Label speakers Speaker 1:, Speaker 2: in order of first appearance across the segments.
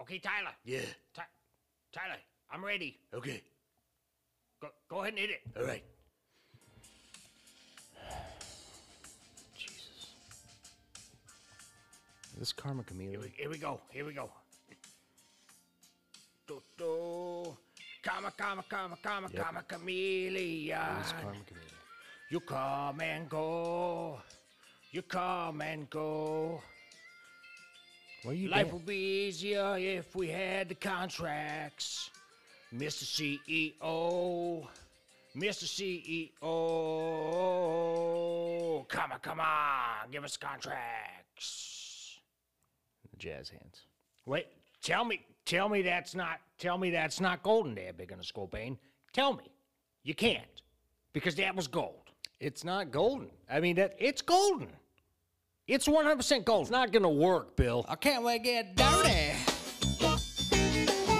Speaker 1: Okay, Tyler.
Speaker 2: Yeah.
Speaker 1: Ty- Tyler, I'm ready.
Speaker 2: Okay.
Speaker 1: Go, go ahead and hit it.
Speaker 2: All right.
Speaker 1: Jesus.
Speaker 3: This Karma
Speaker 1: Here
Speaker 3: Chameleon.
Speaker 1: we, here we go. Here we go. Do, do. Comma, comma, comma, comma,
Speaker 3: Yep.
Speaker 1: comma, chameleon.
Speaker 3: This Karma Chameleon.
Speaker 1: You come and go. You come and go.
Speaker 3: What are you
Speaker 1: Life
Speaker 3: dan-
Speaker 1: would be easier if we had the contracts. E Mr. CEO, Mr. CEO, E come on, come on, give us contracts.
Speaker 3: The jazz hands.
Speaker 1: Wait, tell me, tell me that's not, tell me that's not golden there, Big in the Scopane. Tell me, you can't, because that was gold.
Speaker 3: It's not golden. I mean, that it's golden.
Speaker 1: It's 100% gold.
Speaker 3: It's not gonna work, Bill.
Speaker 4: I can't wait to get dirty.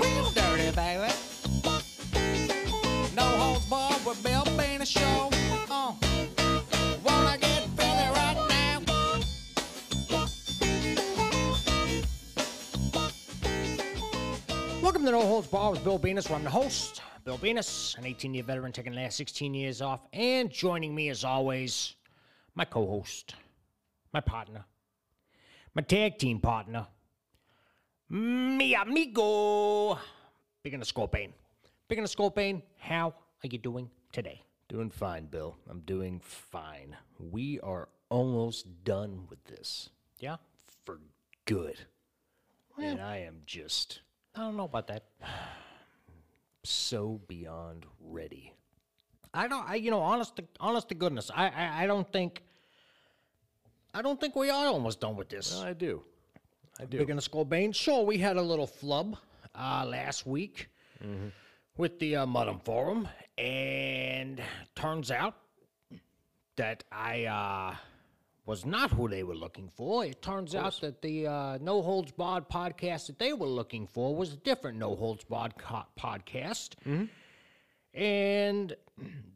Speaker 4: Real dirty, baby. No holds barred with Bill Bean a show. Uh, wanna get filthy right now.
Speaker 1: Welcome to No Holds Bar with Bill Venus, where I'm the host, Bill Venus, an 18 year veteran taking the last 16 years off. And joining me, as always, my co host, my partner, my tag team partner, mi amigo, Big in the Scorpion. Big in the Scorpion, how are you doing today?
Speaker 3: Doing fine, Bill. I'm doing fine. We are almost done with this
Speaker 1: Yeah?
Speaker 3: for good. and I am just
Speaker 1: I don't know about that.
Speaker 3: so beyond ready.
Speaker 1: I don't. I you know, honest to honest to goodness, I I, I don't think. I don't think we are almost done with this.
Speaker 3: I do. I do.
Speaker 1: Big in the skull bane. Sure, we had a little flub uh, last week with the uh, Mudham Forum, and turns out that I uh, was not who they were looking for. It turns out that the uh, No Holds Barred podcast that they were looking for was a different No Holds Barred co- podcast. And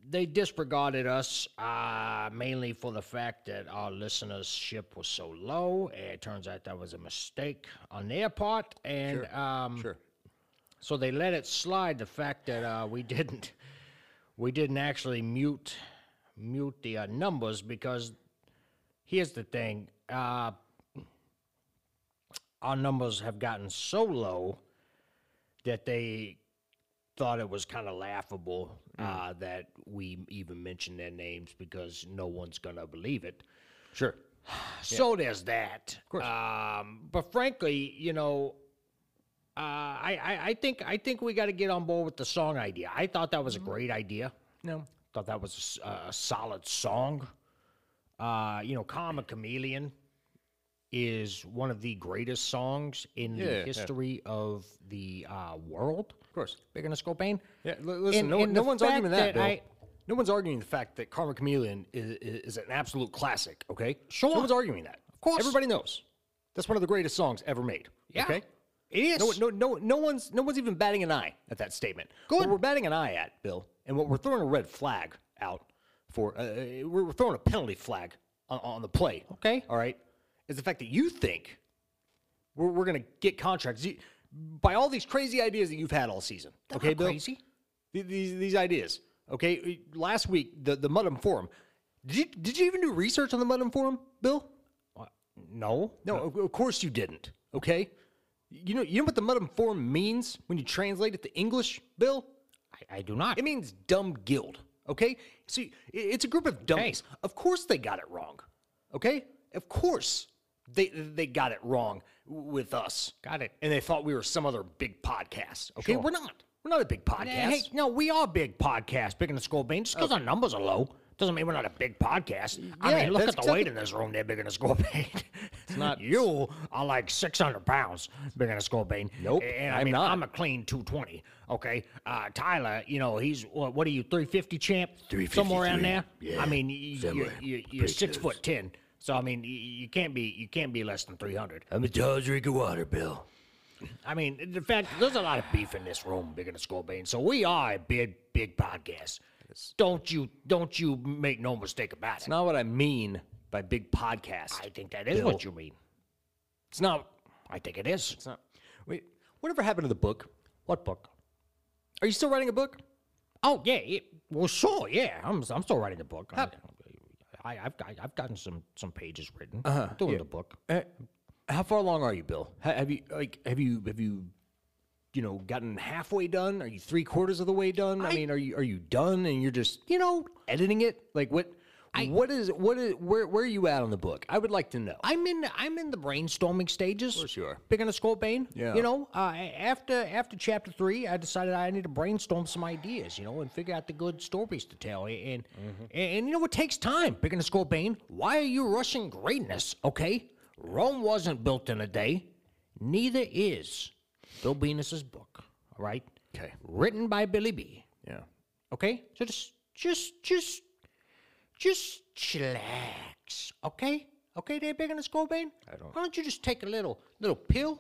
Speaker 1: they disregarded us uh, mainly for the fact that our listenership was so low. It turns out that was a mistake on their part. And um,
Speaker 3: Sure.
Speaker 1: so they let it slide the fact that uh, we didn't we didn't actually mute mute the uh, numbers because here's the thing uh, our numbers have gotten so low that they thought it was kind of laughable uh, that we even mentioned their names because no one's gonna believe it.
Speaker 3: Sure.
Speaker 1: So there's that. Of course. Um, but frankly, you know, uh, I, I I think I think we got to get on board with the song idea. I thought that
Speaker 3: Mm-hmm.
Speaker 1: was a great idea. No, thought that was a s- a, solid song. Uh, you know, "Calm a Chameleon" is one of the greatest songs in
Speaker 3: Yeah, yeah.
Speaker 1: the history of the uh, world.
Speaker 3: Of course.
Speaker 1: Big in a Scopane.
Speaker 3: Yeah, l- listen, no,
Speaker 1: and
Speaker 3: no
Speaker 1: the
Speaker 3: one's arguing
Speaker 1: fact
Speaker 3: that,
Speaker 1: that
Speaker 3: Bill.
Speaker 1: I-
Speaker 3: no one's arguing the fact that Karma Chameleon is, is an absolute classic, okay?
Speaker 1: Sure.
Speaker 3: No one's arguing that. Of
Speaker 1: course.
Speaker 3: Everybody knows. That's one of the greatest songs ever made.
Speaker 1: Yeah,
Speaker 3: Okay?
Speaker 1: it is.
Speaker 3: No, no, no, no one's no one's even batting an eye at that statement. What
Speaker 1: Good.
Speaker 3: we're batting an eye at, Bill, and what we're throwing a red flag out for, uh, uh, we're we're throwing a penalty flag on, on the play.
Speaker 1: Okay.
Speaker 3: All right. Is the fact that you think we're, we're going to get contracts you, by all these crazy ideas that you've had all season. okay,
Speaker 1: not
Speaker 3: Bill.
Speaker 1: crazy.
Speaker 3: Th- These these ideas. Okay. Last week, the the Mudham Forum. Did you, did you even do research on the Mudham Forum, Bill?
Speaker 1: No,
Speaker 3: No, of- of course you didn't. Okay, you know you know what the mudham form means when you translate it to English, Bill.
Speaker 1: I, I do not.
Speaker 3: It means dumb guild. Okay, so y- i- it's a group of dummies. Of course they got it wrong. Okay, of course they they got it wrong w- with us.
Speaker 1: Got it.
Speaker 3: And they thought we were some other big podcast. Okay, we're not. We're not a big podcast.
Speaker 1: Yeah, Hey, no, we are a big podcast, big in the school bean. Just because our numbers are low doesn't mean we're not a big podcast. I
Speaker 3: Yeah,
Speaker 1: mean, look at
Speaker 3: that's
Speaker 1: the weight in this room. They're big in the school bean. It's
Speaker 3: not-
Speaker 1: you are like six hundred pounds, big in the school bean.
Speaker 3: Nope,
Speaker 1: and I
Speaker 3: I'm
Speaker 1: mean,
Speaker 3: not.
Speaker 1: I'm a clean two twenty. Okay, uh, Tyler, you know he's what, what are you three fifty champ? somewhere around there. I mean, y- y- you're,
Speaker 2: somewhere.
Speaker 1: you're, you're six
Speaker 2: close.
Speaker 1: foot ten. So I mean, y- you can't be you can't be less than three hundred.
Speaker 2: I'm a tall drink of water, Bill.
Speaker 1: I mean, the fact there's a lot of beef in this room, big in the school bane. So we are a big, big podcast. Don't you? Don't you make no mistake about it.
Speaker 3: It's not what I mean by big podcast.
Speaker 1: I think that is what
Speaker 3: Bill.
Speaker 1: you mean.
Speaker 3: It's not.
Speaker 1: I think it is.
Speaker 3: It's not. Wait, Whatever happened to the book?
Speaker 1: What book?
Speaker 3: Are you still writing a book?
Speaker 1: Oh yeah, it, well sure, yeah. I'm I'm still writing the book. I, I, I've I, I've gotten some some pages written. Uh-huh, doing the book.
Speaker 3: Eh, How far along are you, Bill? Ha- Have you like have you have you you know gotten halfway done? Are you three quarters of the way done? I, mean, are you are you done and you're just you know editing it? Like what? what is what is where where are you at on the book? I would like to know.
Speaker 1: I'm in I'm in the brainstorming stages. For
Speaker 3: sure.
Speaker 1: Picking a scorpion.
Speaker 3: Yeah.
Speaker 1: You know, uh, after after chapter three, I decided I need to brainstorm some ideas. You know, and figure out the good stories to tell. And and, and you know, it takes time picking a scorpion. Why are you rushing greatness? Okay, Rome wasn't built in a day. Neither is Bill Venus's book. All right.
Speaker 3: 'Kay.
Speaker 1: Written by Billy B.
Speaker 3: Yeah.
Speaker 1: Okay? So just just just just chillax. Okay? Okay there, big on the skull bane? I don't Why don't you just take a little little pill?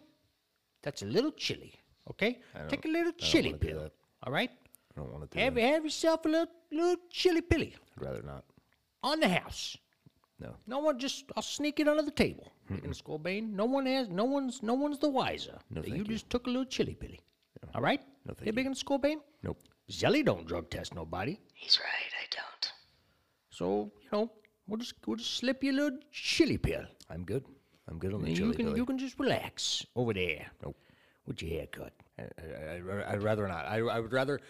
Speaker 1: That's a little chilly. Okay? Take a little chilly
Speaker 3: wanna do
Speaker 1: pill.
Speaker 3: that.
Speaker 1: All right?
Speaker 3: I don't want to do
Speaker 1: Have,
Speaker 3: that.
Speaker 1: have yourself a little little chilly pilly
Speaker 3: I'd rather not.
Speaker 1: on the house.
Speaker 3: No.
Speaker 1: No one just I'll sneak it under the table. Big on the skull bane. No one has no one's no one's the wiser. that you, just took a little chilly pilly. All right? No,
Speaker 3: thank
Speaker 1: you big on the skull bane?
Speaker 3: Nope.
Speaker 1: Zelly don't drug test nobody.
Speaker 5: He's right, I don't.
Speaker 1: So you know, we'll just we'll just slip you a little chili pill.
Speaker 3: I'm good. I'm good on the
Speaker 1: and
Speaker 3: chili
Speaker 1: you can
Speaker 3: billy.
Speaker 1: you can just relax over there.
Speaker 3: Nope.
Speaker 1: With your haircut.
Speaker 3: I, I, would rather not. I, I would rather.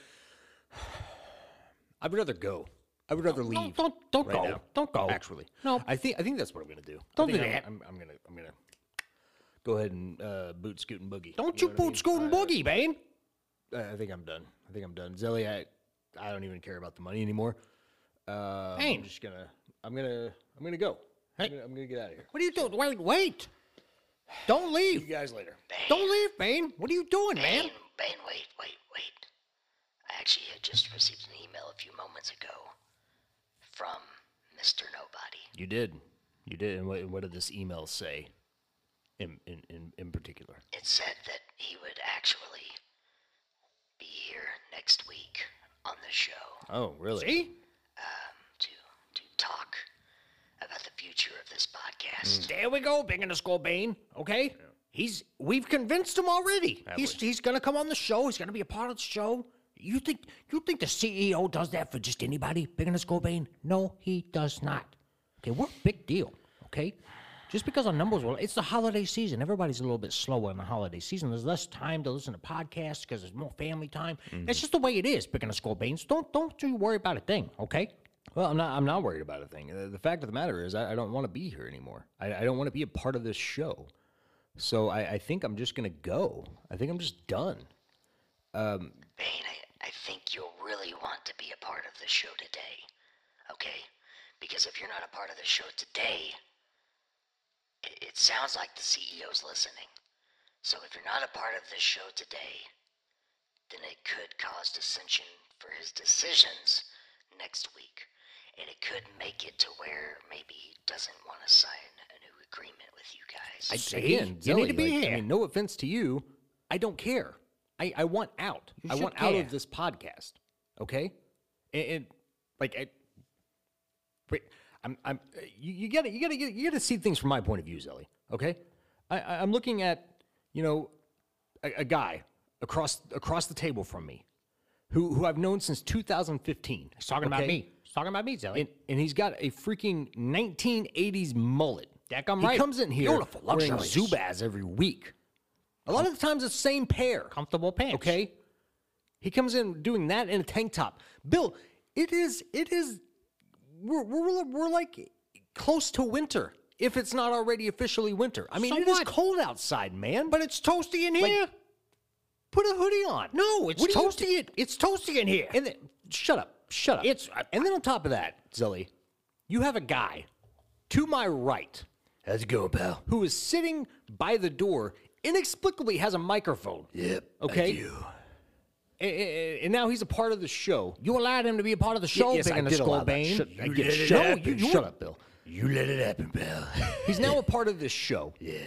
Speaker 3: I would rather go. I would rather leave.
Speaker 1: Don't don't don't
Speaker 3: right
Speaker 1: go.
Speaker 3: now,
Speaker 1: Don't go.
Speaker 3: Actually,
Speaker 1: No.
Speaker 3: I think I think that's what I'm gonna do. I
Speaker 1: Don't
Speaker 3: think
Speaker 1: do
Speaker 3: I'm-
Speaker 1: that.
Speaker 3: I'm, I'm gonna I'm gonna go ahead and uh, boot scoot and boogie.
Speaker 1: Don't you,
Speaker 3: know
Speaker 1: boot scoot and boogie, man.
Speaker 3: what I, mean? I I think I'm done. I think I'm done. Zelly, I I don't even care about the money anymore. Uh, I'm
Speaker 1: Bane.
Speaker 3: just gonna I'm gonna I'm gonna go.
Speaker 1: Hey.
Speaker 3: I'm, gonna, I'm gonna get out of here.
Speaker 1: What are you doing? Wait, wait. Don't
Speaker 3: You
Speaker 1: leave.
Speaker 3: guys later.
Speaker 1: Don't leave, Bane. What are you doing, man?
Speaker 5: Bane, Bane, wait, wait, wait. I actually had just received an email a few moments ago from Mr. Nobody.
Speaker 3: You did. You did. And what, what did this email say? In in in, in particular.
Speaker 5: It said that he would actually be here next week on the show
Speaker 3: Oh, really?
Speaker 1: See?
Speaker 5: to to talk about the future of this podcast.
Speaker 1: There we go, Big in the Skull Bane. Okay? He's we've convinced him already. he's he's gonna come on the show, he's gonna be a part of the show. You think you think the CEO does that for just anybody, Big in the Skull Bane? No, he does not. Okay, we're a big deal, okay? Just because our numbers were it's the holiday season. Everybody's a little bit slower in the holiday season. There's less time to listen to podcasts because there's more family time. That's just the way it is, Big in the Skull Bane. So don't don't you worry about a thing, okay?
Speaker 3: Well, I'm not. I'm not worried about a thing. The, the fact of the matter is, I, I don't want to be here anymore. I, I don't want to be a part of this show. So I, I think I'm just gonna go. I think I'm just done.
Speaker 5: Bane, I, I think you'll really want to be a part of the show today. Okay? Because if you're not a part of the show today, it, it sounds like the CEO's listening. So if you're not a part of the show today, then it could cause dissension for his decisions next week. And it could make it to where maybe he doesn't want to sign a new agreement with you guys.
Speaker 3: I,
Speaker 1: See?
Speaker 3: again,
Speaker 1: You need to
Speaker 3: Zelly,
Speaker 1: be
Speaker 3: like, I
Speaker 1: here.
Speaker 3: mean, no offense to you. I don't care. I, I want out. I
Speaker 1: should
Speaker 3: want out
Speaker 1: care.
Speaker 3: of this podcast. Okay, and, and, like I, wait, I'm I'm you, you gotta you gotta you gotta see things from my point of view, Zelly. Okay, I, I I'm looking at you know a, a guy across across the table from me who who I've known since 2015.
Speaker 1: He's talking about
Speaker 3: okay?
Speaker 1: me. He's talking about me, Zelly.
Speaker 3: and, and he's got a freaking 1980s mullet.
Speaker 1: That come
Speaker 3: he
Speaker 1: right.
Speaker 3: comes in here
Speaker 1: Beautiful,
Speaker 3: wearing
Speaker 1: luxurious.
Speaker 3: Zubaz every week. A lot of the times, it's the same pair.
Speaker 1: Comfortable pants.
Speaker 3: Okay, he comes in doing that in a tank top. Bill, it is it is we're we're, we're like close to winter if it's not already officially winter. I mean,
Speaker 1: So
Speaker 3: it is
Speaker 1: what?
Speaker 3: cold outside, man.
Speaker 1: But it's toasty in here.
Speaker 3: put a hoodie on.
Speaker 1: No, it's
Speaker 3: What do you
Speaker 1: toasty. in- it's toasty in here.
Speaker 3: And then shut up, shut up.
Speaker 1: It's- uh,
Speaker 3: and then on top of that, Zilly, you have a guy to my right
Speaker 2: How's it going, pal?
Speaker 3: who is sitting by the door, inexplicably has a microphone,
Speaker 2: Yep. I
Speaker 3: Okay.
Speaker 2: do.
Speaker 3: a- a- a- and now he's a part of the show.
Speaker 1: you allowed him to be a part of the show,
Speaker 3: yes,
Speaker 1: Big
Speaker 3: I
Speaker 1: in the
Speaker 3: did allow
Speaker 1: Skull
Speaker 3: that.
Speaker 1: Bane.
Speaker 3: Shut- I
Speaker 2: You
Speaker 3: get-
Speaker 2: let it
Speaker 3: shut, up,
Speaker 2: happen.
Speaker 3: you, shut up, Bill.
Speaker 2: You let it happen, pal.
Speaker 3: He's now a part of this show.
Speaker 2: yeah.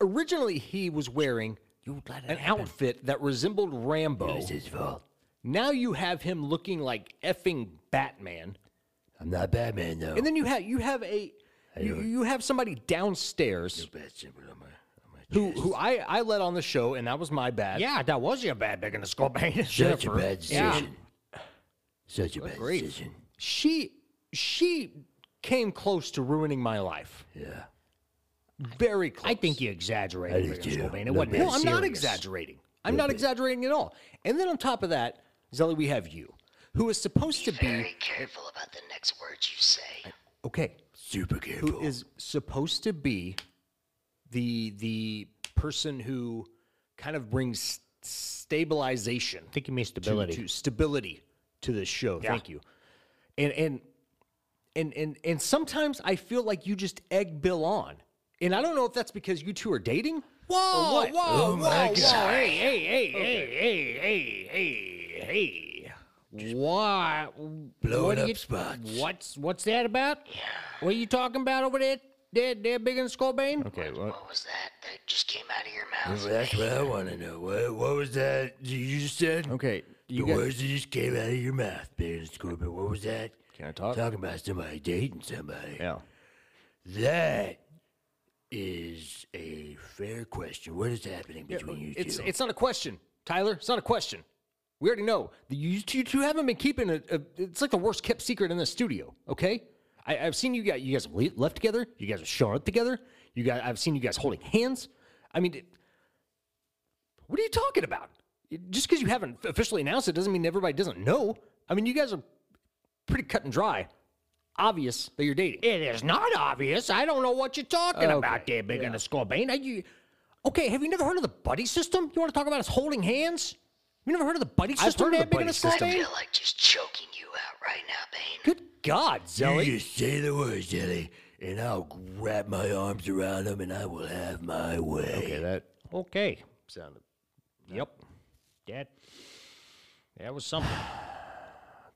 Speaker 3: Originally, he was wearing
Speaker 1: You let it
Speaker 3: an
Speaker 1: happen.
Speaker 3: outfit that resembled Rambo.
Speaker 2: It's his fault.
Speaker 3: Now you have him looking like effing Batman.
Speaker 2: I'm not Batman, though.
Speaker 3: And then you have you have a you, you have somebody downstairs
Speaker 2: Bad symbol on my, on my
Speaker 3: who who I, I let on the show, and that was my bad.
Speaker 1: Yeah, that was your bad big in the skull bang.
Speaker 2: Such a
Speaker 1: Jennifer.
Speaker 2: bad
Speaker 1: Yeah.
Speaker 2: decision. Such a bad
Speaker 3: Great.
Speaker 2: decision.
Speaker 3: She she came close to ruining my life.
Speaker 2: Yeah.
Speaker 3: Very close.
Speaker 1: I think you exaggerated.
Speaker 2: I do
Speaker 1: Big in the
Speaker 2: too.
Speaker 1: skull bang. It
Speaker 2: No
Speaker 1: wasn't
Speaker 2: big.
Speaker 1: that
Speaker 3: No, I'm not
Speaker 1: serious.
Speaker 3: exaggerating. I'm not exaggerating at all. And then on top of that, Zelly, we have you, who is supposed to be
Speaker 5: Very careful about the next words you say.
Speaker 3: okay.
Speaker 2: Super
Speaker 3: who
Speaker 2: careful.
Speaker 3: is supposed to be the the person who kind of brings stabilization
Speaker 1: I think you mean
Speaker 3: to,
Speaker 1: stability.
Speaker 3: to stability to this show. Thank you. And and and and and sometimes I feel like you just egg Bill on, and I don't know if that's because you two are dating.
Speaker 4: Whoa,
Speaker 3: what?
Speaker 4: whoa,
Speaker 2: Oh
Speaker 4: whoa,
Speaker 2: my
Speaker 4: whoa.
Speaker 2: God.
Speaker 1: Hey, hey, hey, hey, hey, hey, hey, hey. Why?
Speaker 2: Blowing
Speaker 1: what are
Speaker 2: up spots.
Speaker 1: What's what's that about? What are you talking about over there? They're, they're big in Skullbane?
Speaker 3: Okay,
Speaker 5: What was that that just came out of your mouth?
Speaker 2: Well, that's what I want to know. What, what was that you just said?
Speaker 3: okay.
Speaker 2: the words that just came out of your mouth, Baron Scorpion. What was that?
Speaker 3: Can I talk?
Speaker 2: Talking about somebody dating somebody.
Speaker 3: Yeah.
Speaker 2: That is a fair question. What is happening between you
Speaker 3: It's
Speaker 2: two?
Speaker 3: it's not a question, Tyler. It's not a question. We already know that you two, two haven't been keeping a, a. It's like the worst kept secret in the studio. Okay, I, I've seen you guys. You guys have le- left together. You guys are showing up together. You guys. I've seen you guys holding hands. I mean, it- what are you talking about? It- Just because you haven't officially announced it doesn't mean everybody doesn't know. I mean, you guys are pretty cut and dry. Obvious that you're dating.
Speaker 1: It is not obvious. I don't know what you're talking about
Speaker 3: Okay,
Speaker 1: there, big in the Skullbane. Are you, okay, have you never heard of the buddy system? You want to talk about us holding hands? You never heard of the buddy system
Speaker 3: heard of
Speaker 1: there,
Speaker 3: the
Speaker 1: big in
Speaker 3: buddy
Speaker 1: the
Speaker 5: I
Speaker 3: system.
Speaker 1: Skullbane?
Speaker 5: feel like just choking you out right now, Bane.
Speaker 3: Good God, Zelly.
Speaker 2: You just say the words, Ellie, and I'll wrap my arms around them and I will have my way.
Speaker 3: that
Speaker 1: Okay,
Speaker 3: sounded. Yep.
Speaker 1: that, that was something.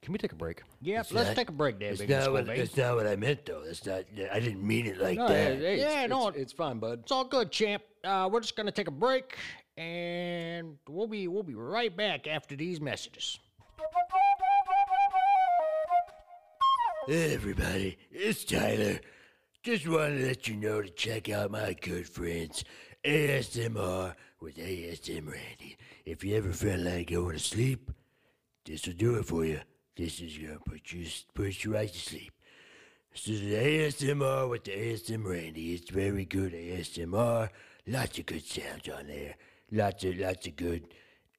Speaker 3: Can we take a break?
Speaker 1: Yep, let's take a break there,
Speaker 2: It's
Speaker 1: big in the
Speaker 2: not, what,
Speaker 1: Skullbane.
Speaker 2: that's not what I meant, though. That's not. I didn't mean it like that.
Speaker 1: Yeah,
Speaker 3: it's,
Speaker 1: no,
Speaker 3: it's, it's fine, bud.
Speaker 1: It's all good, champ. Uh, we're just gonna take a break, and we'll be we'll be right back after these messages.
Speaker 2: Hey, everybody, it's Tyler. Just wanted to let you know to check out my good friends, ASMR with ASM Randy. If you ever feel like going to sleep, this will do it for you. This is gonna put you put you right to sleep. This is ASMR with the ASM Randy. It's very good ASMR. Lots of good sounds on there. Lots of lots of good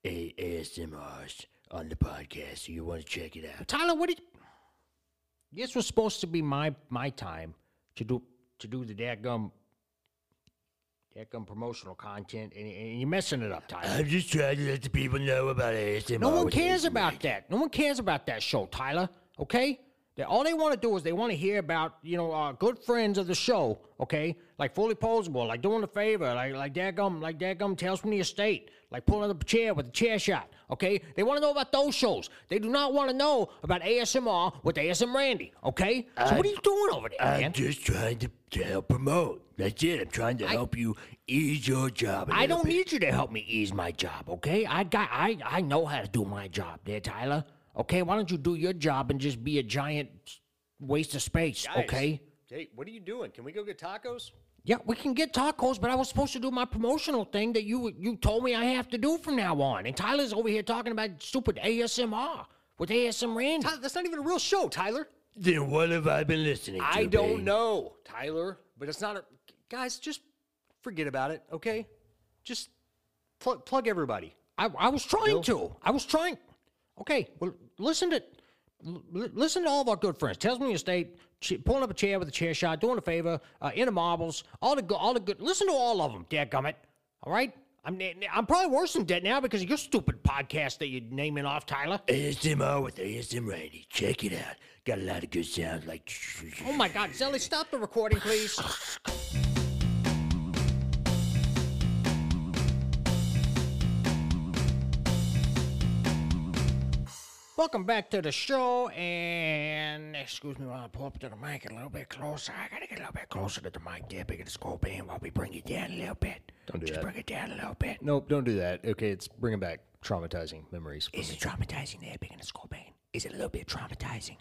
Speaker 2: A- ASMRs on the podcast. So you want to check it out.
Speaker 1: Tyler, what did? This was supposed to be my my time to do to do the dadgum dadgum promotional content, and, and you're messing it up, Tyler.
Speaker 2: I'm just trying to let the people know about ASMR.
Speaker 1: No one
Speaker 2: with
Speaker 1: cares
Speaker 2: ASMR.
Speaker 1: about that. No one cares about that show, Tyler. Okay? They, all they want to do is they want to hear about, you know, uh, good friends of the show, okay? Like fully posable, like doing a favor, like like dadgum, like dadgum tales from the estate, like pulling up a chair with a chair shot, okay? They want to know about those shows. They do not want to know about ASMR with ASM Randy, okay? So what are you doing over there,
Speaker 2: I'm
Speaker 1: man?
Speaker 2: just trying to, to help promote. That's it. I'm trying to help you ease your job. a
Speaker 1: I
Speaker 2: little
Speaker 1: don't
Speaker 2: bit.
Speaker 1: need you to help me ease my job, okay? I got I I know how to do my job there, Tyler. Okay, why don't you do your job and just be a giant waste of space, okay?
Speaker 3: Hey, what are you doing? Can we go get tacos?
Speaker 1: Yeah, we can get tacos, but I was supposed to do my promotional thing that you you told me I have to do from now on. And Tyler's over here talking about stupid ASMR with ASM Randy.
Speaker 3: Tyler, that's not even a real show, Tyler.
Speaker 2: Then what have I been listening to?
Speaker 3: I don't
Speaker 2: babe?
Speaker 3: know, Tyler. But it's not a. Guys, just forget about it, okay? Just pl- plug everybody.
Speaker 1: I, I was trying to. I was trying. Okay, well, listen to l- l- listen to all of our good friends. Tells me estate, ch- pulling up a chair with a chair shot, doing a favor, uh, in the marbles, all the go- all the good. Listen to all of them, dadgummit. All right, I'm n- I'm probably worse than dead now because of your stupid podcast that you're naming off, Tyler.
Speaker 2: ASMR with ASM Randy. Check it out. Got a lot of good sounds. Like
Speaker 1: Oh my God, Zelly, stop the recording, please. Welcome back to the show, and excuse me while I pull up to the mic a little bit closer. I gotta get a little bit closer to the mic there, bigger the skull band while we bring it down a little bit. Don't do Just
Speaker 3: that.
Speaker 1: bring it down a little bit.
Speaker 3: Nope, don't do that. Okay, it's bringing back traumatizing memories.
Speaker 1: Is it traumatizing there, big in the skull band? Is it a little bit traumatizing?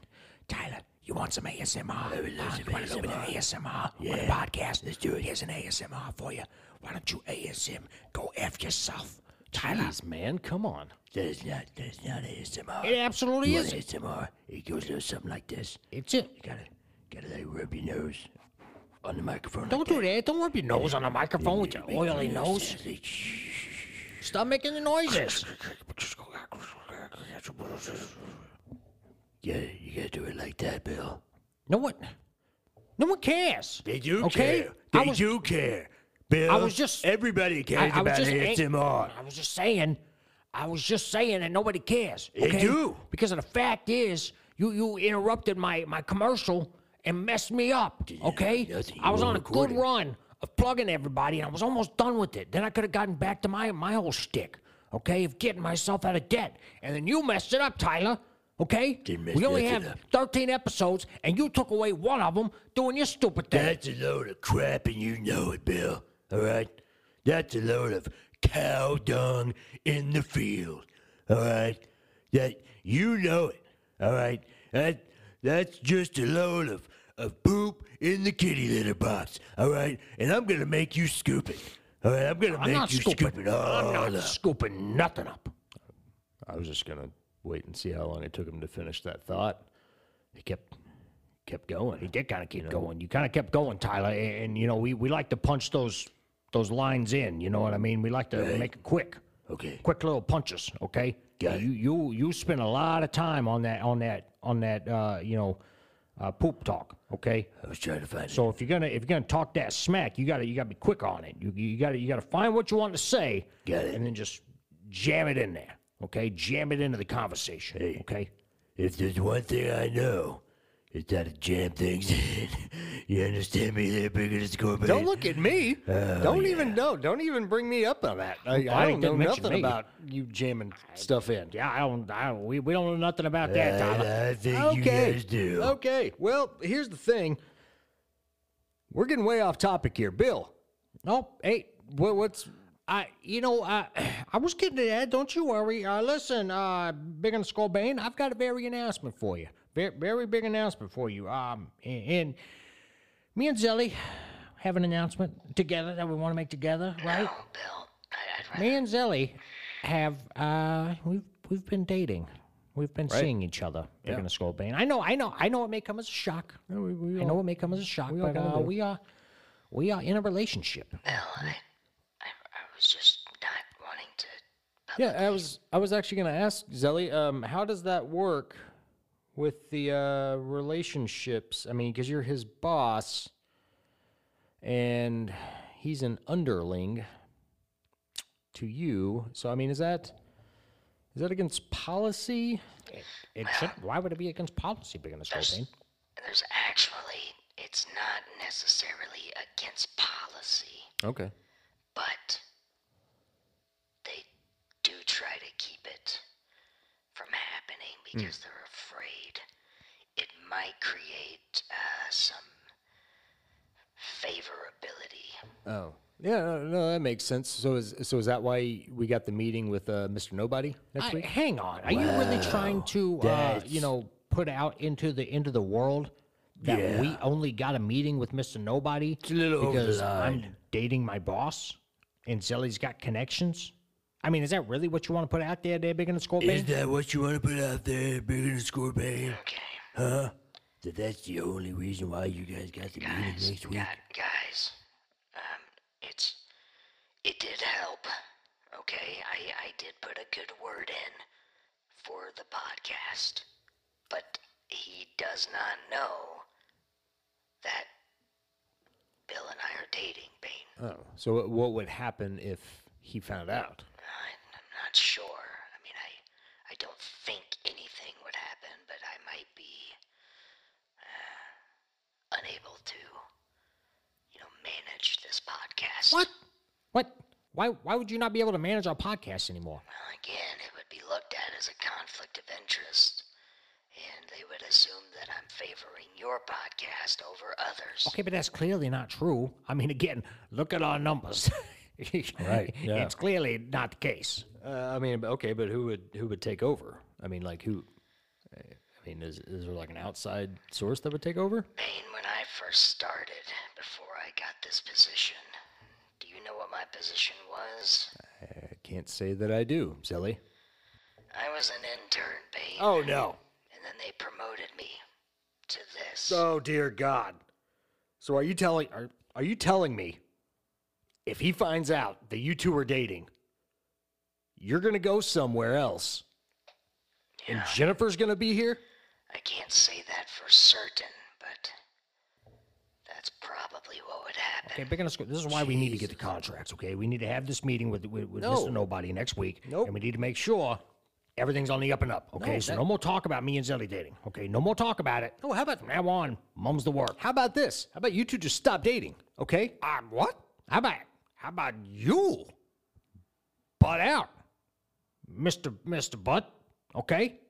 Speaker 1: Tyler,
Speaker 5: You want some ASMR?
Speaker 1: uh,
Speaker 5: Huh? You want a little bit of ASMR on the podcast? Let's do it. Here's an ASMR for you. Why don't you ASM? Go F yourself. Tyler.
Speaker 3: Jeez, man, come on.
Speaker 2: That is not, that is not ASMR.
Speaker 1: It absolutely
Speaker 2: You
Speaker 1: is.
Speaker 2: want ASMR? It goes a little something like this.
Speaker 1: It's it.
Speaker 2: You gotta, gotta like rub your nose on the microphone.
Speaker 1: Don't do that. Don't rub your nose on the microphone with your oily nose. Stop making the noises.
Speaker 2: Yeah, you gotta do it like that, Bill.
Speaker 1: No one, no one cares.
Speaker 2: They do
Speaker 1: Okay,
Speaker 2: care.
Speaker 1: I
Speaker 2: They
Speaker 1: was-
Speaker 2: do care. Bill,
Speaker 1: was just-
Speaker 2: everybody cares
Speaker 1: I was
Speaker 2: about
Speaker 1: just ang-
Speaker 2: ASMR.
Speaker 1: I was just saying. I was just saying that nobody cares.
Speaker 2: They
Speaker 1: okay?
Speaker 2: do.
Speaker 1: Because of the fact is, you you interrupted my my commercial and messed me up. Okay.
Speaker 2: nothing,
Speaker 1: I was
Speaker 2: you were
Speaker 1: on a good
Speaker 2: recording.
Speaker 1: run of plugging everybody, and I was almost done with it. Then I could have gotten back to my my whole shtick. Okay, of getting myself out of debt, and then you messed it up, Tyler. Okay.
Speaker 2: Didn't mess
Speaker 1: we only
Speaker 2: nothing
Speaker 1: have
Speaker 2: up.
Speaker 1: 13 episodes, and you took away one of them doing your stupid thing.
Speaker 2: That's a load of crap, and you know it, Bill. All right? That's a load of cow dung in the field. All right? That you know it. All right? That that's just a load of, of poop in the kitty litter box. All right? And I'm gonna make you scoop it. All right? I'm gonna
Speaker 1: I'm
Speaker 2: make
Speaker 1: not
Speaker 2: you
Speaker 1: scooping.
Speaker 2: scoop it all
Speaker 1: I'm not
Speaker 2: up.
Speaker 1: scooping nothing up.
Speaker 3: I was just gonna wait and see how long it took him to finish that thought. He kept kept going.
Speaker 1: He did kind of keep going. You kind of kept going, Tyler. And, and, you know, we, we like to punch those those lines in. You know what I mean? We like to make it quick,
Speaker 2: Okay.
Speaker 1: quick little punches. Okay.
Speaker 2: Got it.
Speaker 1: you you you spend a lot of time on that on that on that uh, you know uh, poop talk. Okay.
Speaker 2: I was trying to find
Speaker 1: So if you're gonna if you're gonna talk that smack, you gotta you gotta be quick on it. You you gotta you gotta find what you want to say,
Speaker 2: Got it.
Speaker 1: and then just jam it in there. Okay, jam it into the conversation.
Speaker 2: Hey.
Speaker 1: Okay.
Speaker 2: If there's one thing I know, it's how to jam things in. you understand me there, bigger than Scorpion? Oh,
Speaker 3: Don't look at me. don't even know. Don't even bring me up on that. I, I
Speaker 1: he
Speaker 3: don't know
Speaker 1: didn't mention
Speaker 3: nothing
Speaker 1: me.
Speaker 3: about you jamming stuff in.
Speaker 1: Yeah, I don't. I don't we, we don't know nothing about that, Tyler.
Speaker 2: I, I think you
Speaker 3: Okay.
Speaker 2: guys do.
Speaker 3: Okay. Well, here's the thing. We're getting way off topic here, Bill.
Speaker 1: Nope.
Speaker 3: Hey, what, what's
Speaker 1: I, you know, I, I was getting to that. Don't you worry. Uh, listen, uh, Big and Scorbane, I've got a very announcement for you. Very, very big announcement for you. Um, and, and me and Zelly have an announcement together that we want to make together, right?
Speaker 5: Oh, Bill. I, I'd rather.
Speaker 1: Me and Zelly have, uh, we've we've been dating. We've been seeing each other. Big and Scorbane. I know, I know, I know. It may come as a shock. I know it may come as a shock, but uh, we are, we are in a relationship.
Speaker 5: Bill, I, I, I was just not wanting to.
Speaker 3: Yeah, I was I was actually going to ask Zelly, um, how does that work with the uh, relationships? I mean, because you're his boss, and he's an underling to you. So I mean, is that is that against policy?
Speaker 1: It should. Why would it be against policy, Big and Scorbane?
Speaker 5: There's actually, it's not necessarily against policy,
Speaker 3: Okay.
Speaker 5: but they do try to keep it from happening because they're afraid it might create uh, some favorability.
Speaker 3: Oh. Yeah, no, no, that makes sense. So is so is that why we got the meeting with uh, Mr. Nobody next
Speaker 1: I-
Speaker 3: week?
Speaker 1: hang on. Are you really trying to, uh, you know, put out into the into the world that we only got a meeting with Mister Nobody
Speaker 2: a little over the
Speaker 1: because I'm dating my boss and Zelly's got connections? I mean, is that really what you want to put out there, there, Big and
Speaker 2: Is
Speaker 1: Scorpion?
Speaker 2: that what you want to put out there, bigger than Scorpion?
Speaker 5: Okay,
Speaker 2: That that's the only reason why you guys got the meeting
Speaker 5: guys,
Speaker 2: next week?
Speaker 5: gu- guys, um, it's it did help. Okay, I I did put a good word in for the podcast, but he does not know that Bill and I are dating, Bane.
Speaker 3: Oh. So what- what would happen if he found out?
Speaker 5: I'm, I'm not sure. I mean, I I don't think anything would happen, but I might be uh, unable to, you know, manage this podcast.
Speaker 1: What? What? Why? Why would you not be able to manage our podcast anymore?
Speaker 5: Well, again, it would be looked at as a conflict of interest, and they would assume that I'm favoring your podcast over others.
Speaker 1: Okay, but that's clearly not true. I mean, again, look at our numbers. right.
Speaker 3: yeah.
Speaker 1: It's clearly not the case.
Speaker 3: Uh, I mean, but- okay, but who would who would take over? I mean, like who? I mean, is, is there like an outside source that would take over?
Speaker 5: Bane, when I first started, before I got this position, do you know what my position was?
Speaker 3: I can't say that I do, Zelly.
Speaker 5: I was an intern, Bane.
Speaker 1: Oh no.
Speaker 5: And then they promoted me to this.
Speaker 1: Oh dear God.
Speaker 3: So are you telling are, are you telling me if he finds out that you two are dating, you're gonna go somewhere else? And Jennifer's gonna be here?
Speaker 5: I can't say that for certain, but that's probably what would happen.
Speaker 1: Okay, big enough squ- This is why we need to get the contracts. Okay, we need to have this meeting with with, with Mr. Nobody next week.
Speaker 3: Nope.
Speaker 1: and we need to make sure everything's on the up and up. Okay, so no more talk about me and Zelly dating. Okay, no more talk about it.
Speaker 3: Oh, how about
Speaker 1: From now on, mum's the work.
Speaker 3: how about this? How about you two just stop dating? Okay?
Speaker 1: Um, what? How about how about you? Butt out, Mister Mister Butt. Okay,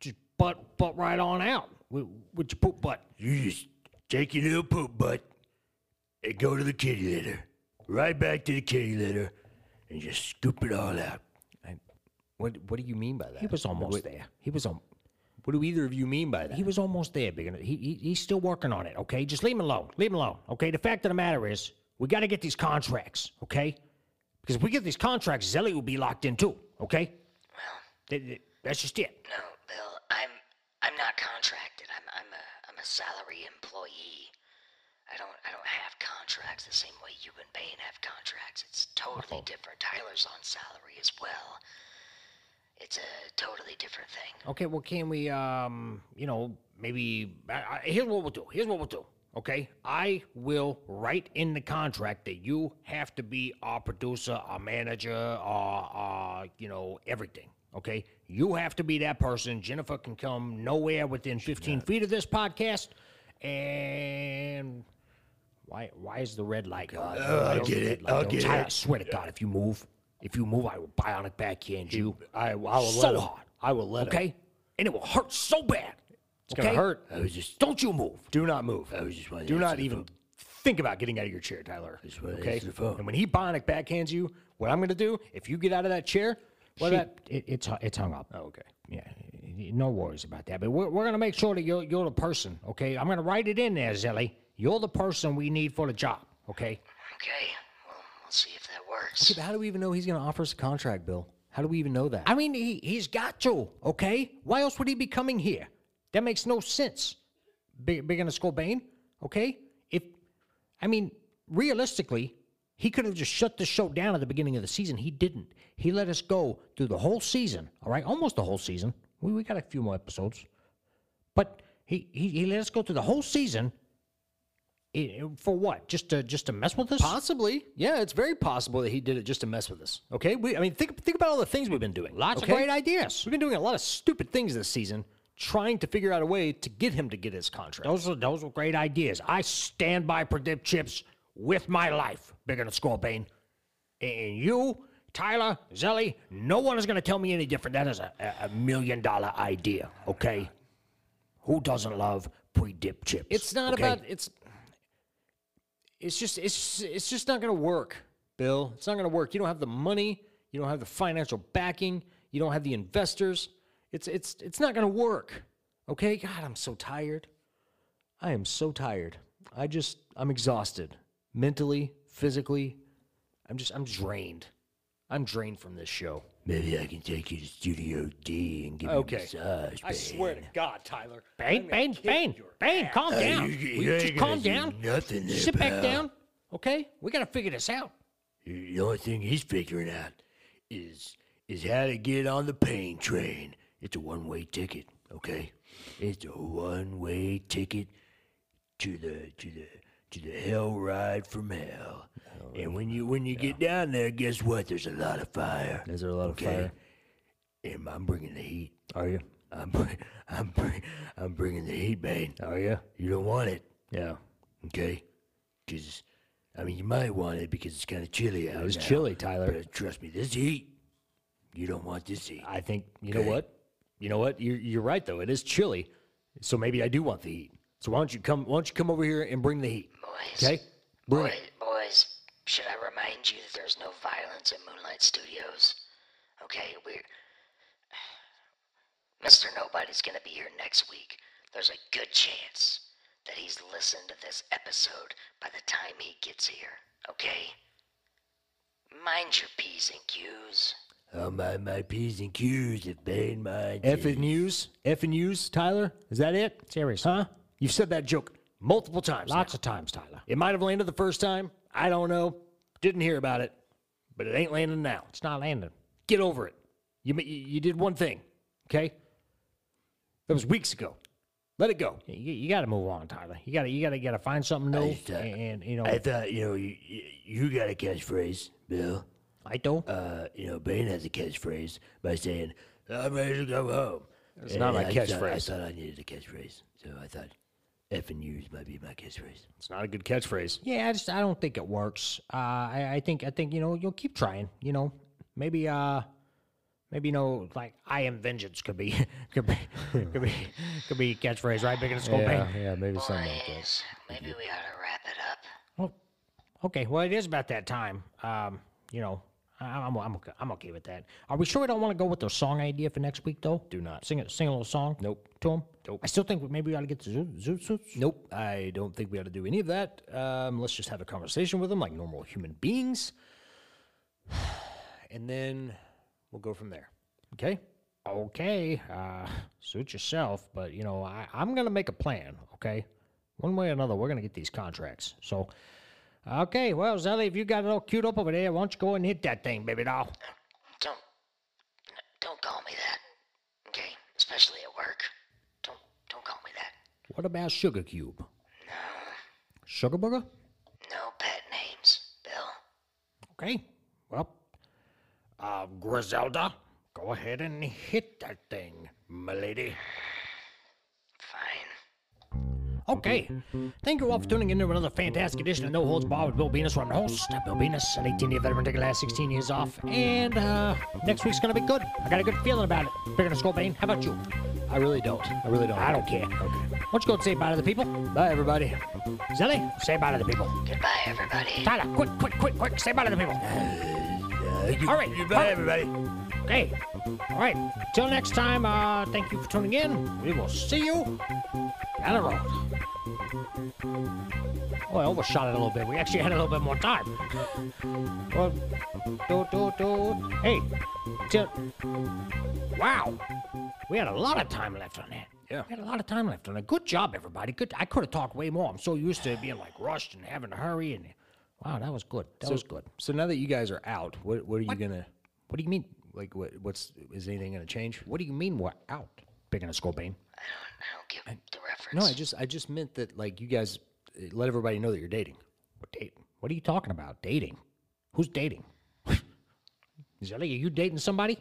Speaker 1: just butt butt right on out with, with your poop butt.
Speaker 2: You just take your little poop butt and go to the kitty litter. Right back to the kitty litter and just scoop it all out.
Speaker 3: What what do you mean by that?
Speaker 1: He was almost there. He was on.
Speaker 3: What do either of you mean by that?
Speaker 1: He was almost there, big enough. He, he he's still working on it. Okay, just leave him alone. Leave him alone. Okay. The fact of the matter is, we got to get these contracts. Okay, because if we get these contracts, Zelly will be locked in too. Okay,
Speaker 5: Well,
Speaker 1: Th- th- that's just it.
Speaker 5: no, Bill, I'm I'm not contracted. I'm I'm a I'm a salary employee. I don't I don't have contracts the same way you and Bane have contracts. It's totally different. Tyler's on salary as well. It's a totally different thing.
Speaker 1: Okay, well, can we, um, you know, maybe I, I, here's what we'll do. Here's what we'll do. Okay, I will write in the contract that you have to be our producer, our manager, our, our you know, everything. Okay, you have to be that person. Jennifer can come nowhere within 15 feet of this podcast. And why, why is the red light?
Speaker 3: Uh,
Speaker 1: on? Why
Speaker 2: I'll
Speaker 1: is
Speaker 2: get
Speaker 1: the
Speaker 2: it.
Speaker 1: red light
Speaker 2: I'll
Speaker 1: on?
Speaker 2: get
Speaker 1: Tyler,
Speaker 2: it.
Speaker 1: I swear to God, if you move, if you move, I will bionic backhand you.
Speaker 3: I, I will
Speaker 1: So
Speaker 3: let him.
Speaker 1: hard.
Speaker 3: I will let him.
Speaker 1: Okay? And it will hurt so bad. It's
Speaker 3: gonna hurt.
Speaker 2: I was just
Speaker 1: Don't you move.
Speaker 3: Do not move.
Speaker 2: I was just wanting
Speaker 3: Do
Speaker 2: to
Speaker 3: not
Speaker 2: answer the
Speaker 3: even think about getting out of your chair, Tyler.
Speaker 2: Just wanna
Speaker 3: Okay.
Speaker 2: answer the phone.
Speaker 3: And when he bionic backhands you, what I'm going to do, if you get out of that chair, what
Speaker 1: She-
Speaker 3: that?
Speaker 1: it, it's hu- it's hung up.
Speaker 3: Oh, okay.
Speaker 1: Yeah, y- y- no worries about that. But we're, we're gonna make sure that you're you're the person. Okay, I'm gonna write it in there, Zelly. You're the person we need for the job. Okay.
Speaker 5: Okay, well, we'll see if that works.
Speaker 3: How do we even know he's going to offer us a contract, Bill? How do we even know that?
Speaker 1: I mean, he he's got to. Okay. Why else would he be coming here? That makes no sense. Big big on the skull bane. Okay. If I mean realistically, he could have just shut the show down at the beginning of the season. He didn't. He let us go through the whole season. All right, almost the whole season. We we got a few more episodes, but he he, he let us go through the whole season. I- for what? Just to just to mess with us?
Speaker 3: Possibly. Yeah, it's very possible that he did it just to mess with us. Okay? We I mean think think about all the things we've been doing.
Speaker 1: Lots
Speaker 3: okay?
Speaker 1: of great ideas.
Speaker 3: We've been doing a lot of stupid things this season trying to figure out a way to get him to get his contract.
Speaker 1: Those are those were great ideas. I stand by predict chips with my life, bigger than Scorpion. And you, Tyler, Zelly, no one is gonna tell me any different. That is a, a- a million dollar idea, okay? Who doesn't love pre-dip chips?
Speaker 3: It's not
Speaker 1: okay?
Speaker 3: about it's it's just it's it's just not going to work, Bill. It's not going to work. You don't have the money, you don't have the financial backing, you don't have the investors. It's it's it's not going to work. Okay? God, I'm so tired. I am so tired. I just I'm exhausted mentally, physically. I'm just I'm drained. I'm drained from this show.
Speaker 2: Maybe I can take you to Studio D and give
Speaker 3: Okay.
Speaker 2: you a massage.
Speaker 3: I swear to God, Tyler.
Speaker 1: Bane, Bane, Bane, Bane, calm
Speaker 2: Hey,
Speaker 1: down.
Speaker 2: you-
Speaker 1: Will
Speaker 2: you
Speaker 1: you
Speaker 2: ain't
Speaker 1: just
Speaker 2: gonna
Speaker 1: calm
Speaker 2: do
Speaker 1: down.
Speaker 2: Nothing there,
Speaker 1: Sit back
Speaker 2: pal.
Speaker 1: down. Okay? We gotta figure this out.
Speaker 2: The only thing he's figuring out is is how to get on the pain train. It's a one-way ticket, okay? It's a one-way ticket to the to the to the hell ride from hell. and when you when you get down there, guess what? There's a lot of fire.
Speaker 3: Is there a lot of
Speaker 2: okay?
Speaker 3: fire?
Speaker 2: And I'm bringing the heat.
Speaker 3: Are you?
Speaker 2: I'm bring, I'm bring, I'm bringing the heat, man.
Speaker 3: Are you?
Speaker 2: You don't want it,
Speaker 3: Yeah.
Speaker 2: okay? Because I mean, you might want it because it's kind of chilly out.
Speaker 3: It's
Speaker 2: now.
Speaker 3: chilly, Tyler.
Speaker 2: But uh, trust me, this heat, you don't want this heat.
Speaker 3: I think you know what, you know what, you're you're right though. It is chilly, so maybe I do want the heat. So why don't you come? Why don't you come over here and bring the heat?
Speaker 5: Boys,
Speaker 3: Okay, bring
Speaker 5: boys,
Speaker 3: it.
Speaker 5: boys, should I remind you that there's no violence at Moonlight Studios? Okay, we're Mr. Nobody's going to be here next week. There's a good chance that he's listened to this episode by the time he gets here, okay? Mind your P's and Q's.
Speaker 2: I'll mind my P's and Q's if Bane minds
Speaker 3: F
Speaker 2: his.
Speaker 3: and U's, F and U's, Tyler. Is that it?
Speaker 1: Seriously.
Speaker 3: Huh? You've said that joke multiple times. now.
Speaker 1: Lots of times, Tyler.
Speaker 3: It might have landed the first time. I don't know. Didn't hear about it, but it ain't landing now.
Speaker 1: It's not landing.
Speaker 3: Get over it. You ma- you you did one thing, okay? That was weeks ago. Let it go.
Speaker 1: You, you got to move on, Tyler. You got to you got to got to find something new.
Speaker 2: just, uh,
Speaker 1: and, and, you know,
Speaker 2: I
Speaker 1: I,
Speaker 2: thought, you know, you, you, you got a catchphrase, Bill.
Speaker 1: do.
Speaker 2: Uh, you know, Bane has a catchphrase by saying, I'm ready to go home. It's
Speaker 3: not my
Speaker 2: I
Speaker 3: catchphrase.
Speaker 2: thought I needed a catchphrase, so I thought F and U's might be my catchphrase.
Speaker 3: It's not a good catchphrase.
Speaker 1: yeah, I just I don't think it works. Uh, I, I think I think you know you'll keep trying. You know, maybe uh, maybe you know like I am vengeance could be could be could be could be a catchphrase right big in school. Yeah.
Speaker 3: yeah, maybe something like that.
Speaker 5: Boys, maybe we ought to wrap it up.
Speaker 1: Okay, well it is about that time. Um, you know, I, I'm I'm okay, I'm okay with that. Are we sure we don't want to go with the song idea for next week though?
Speaker 3: Do not.
Speaker 1: sing a sing a little song.
Speaker 3: Nope.
Speaker 1: To him.
Speaker 3: Nope.
Speaker 1: I still think we- maybe we ought to get the zoo zoo suits.
Speaker 3: Nope, I don't think we ought to do any of that. Um, let's just have a conversation with them like normal human beings. And then we'll go from there. Okay?
Speaker 1: okay, uh, suit yourself, but you know, I, I'm gonna make a plan, okay? One way or another, we're gonna get these contracts. So, okay, well, Zelly, if you got it all queued up over there, why don't you go and hit that thing, baby doll?
Speaker 5: Don't, don't call me that. Okay, especially at work. Don't, don't call me that.
Speaker 1: What about Sugar Cube? Sugar Booger?
Speaker 5: No pet names, Bill.
Speaker 1: Okay, well, uh, Griselda, go ahead and hit that thing, milady.
Speaker 5: Fine.
Speaker 1: Okay. Thank you all for tuning in to another fantastic edition of No Holds Barred with Bill Venus. I'm your host, Bill Venus, an 18 year veteran taking the last 16 years off. And uh, next week's going to be good. I got a good feeling about it. Bigger than Scorpion. How about you?
Speaker 3: I really don't. I really don't.
Speaker 1: I don't care. Okay. Why don't you go and say bye to the people?
Speaker 3: Bye, everybody.
Speaker 1: Zelly, say bye to the people.
Speaker 5: Goodbye, everybody.
Speaker 1: Tyler, quick, quick, quick, quick, say bye to the people.
Speaker 2: Uh,
Speaker 1: All right.
Speaker 2: Goodbye, everybody.
Speaker 1: Okay. All right. Till next time, uh, thank you for tuning in. We will see you down the road. Oh, I overshot it a little bit. We actually had a little bit more time. Well, do, do, do. Hey, till. Wow. We had a lot of time left on that.
Speaker 3: Yeah.
Speaker 1: We had a lot of time left on it. Good job, everybody. Good. I could have talked way more. I'm so used to being like rushed and having to hurry. And wow, that was good. That was good.
Speaker 3: So now that you guys are out, what what are you gonna
Speaker 1: What do you mean?
Speaker 3: like? What what's is anything gonna change?
Speaker 1: What do you mean we're out? Picking a Scorpion.
Speaker 5: I don't, I don't get the reference.
Speaker 3: No, I just I just meant that like you guys uh, let everybody know that you're dating.
Speaker 1: What date? What are you talking about? Dating? Who's dating? Zelly, are you dating somebody?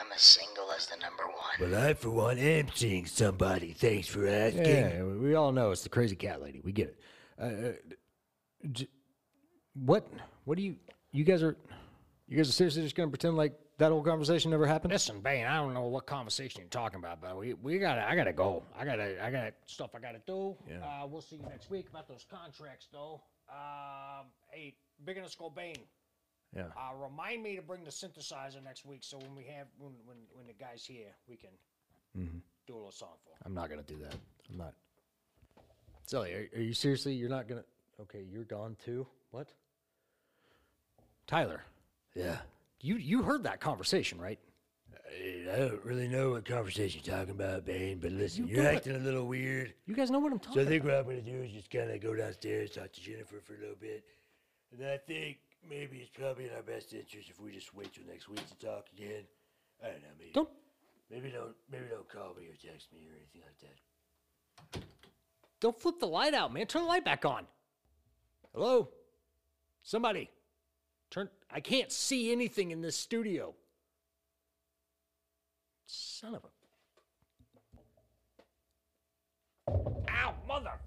Speaker 5: I'm, I'm as single as the number one.
Speaker 2: Well, I, for one, am seeing somebody. Thanks for asking.
Speaker 3: Yeah, we we all know it's the crazy cat lady. We get it. Uh, Uh, j- what what do you you guys are you guys are seriously just gonna pretend like that whole conversation never happened?
Speaker 1: Listen, Bane, I don't know what conversation you're talking about, but we, we gotta I gotta go. I gotta I got stuff I gotta do. Uh, we'll see you next week about those contracts though. Um hey, Big and Scorpion.
Speaker 3: Yeah.
Speaker 1: Uh, remind me to bring the synthesizer next week so when we have when when, when the guy's here we can
Speaker 3: Mm-hmm.
Speaker 1: do a little song for him.
Speaker 3: I'm not gonna do that. I'm not. Sally, are, are you seriously? You're not gonna? Okay, you're gone too. What? Tyler,
Speaker 2: Yeah.
Speaker 3: you you heard that conversation, right?
Speaker 2: I don't really know what conversation you're talking about, Bane, but listen, you are acting a little weird.
Speaker 3: You guys know what I'm
Speaker 2: So I
Speaker 3: talking.
Speaker 2: think what I'm gonna do is just kind of go downstairs, talk to Jennifer for a little bit, and then I think maybe it's probably in our best interest if we just wait till next week to talk again. I don't know, maybe
Speaker 3: Don't
Speaker 2: maybe don't maybe don't call me or text me or anything like that.
Speaker 3: don't flip the light out, man. Turn the light back on. Hello, somebody. Turn. I can't see anything in this studio. Son of a.
Speaker 1: Ow, mother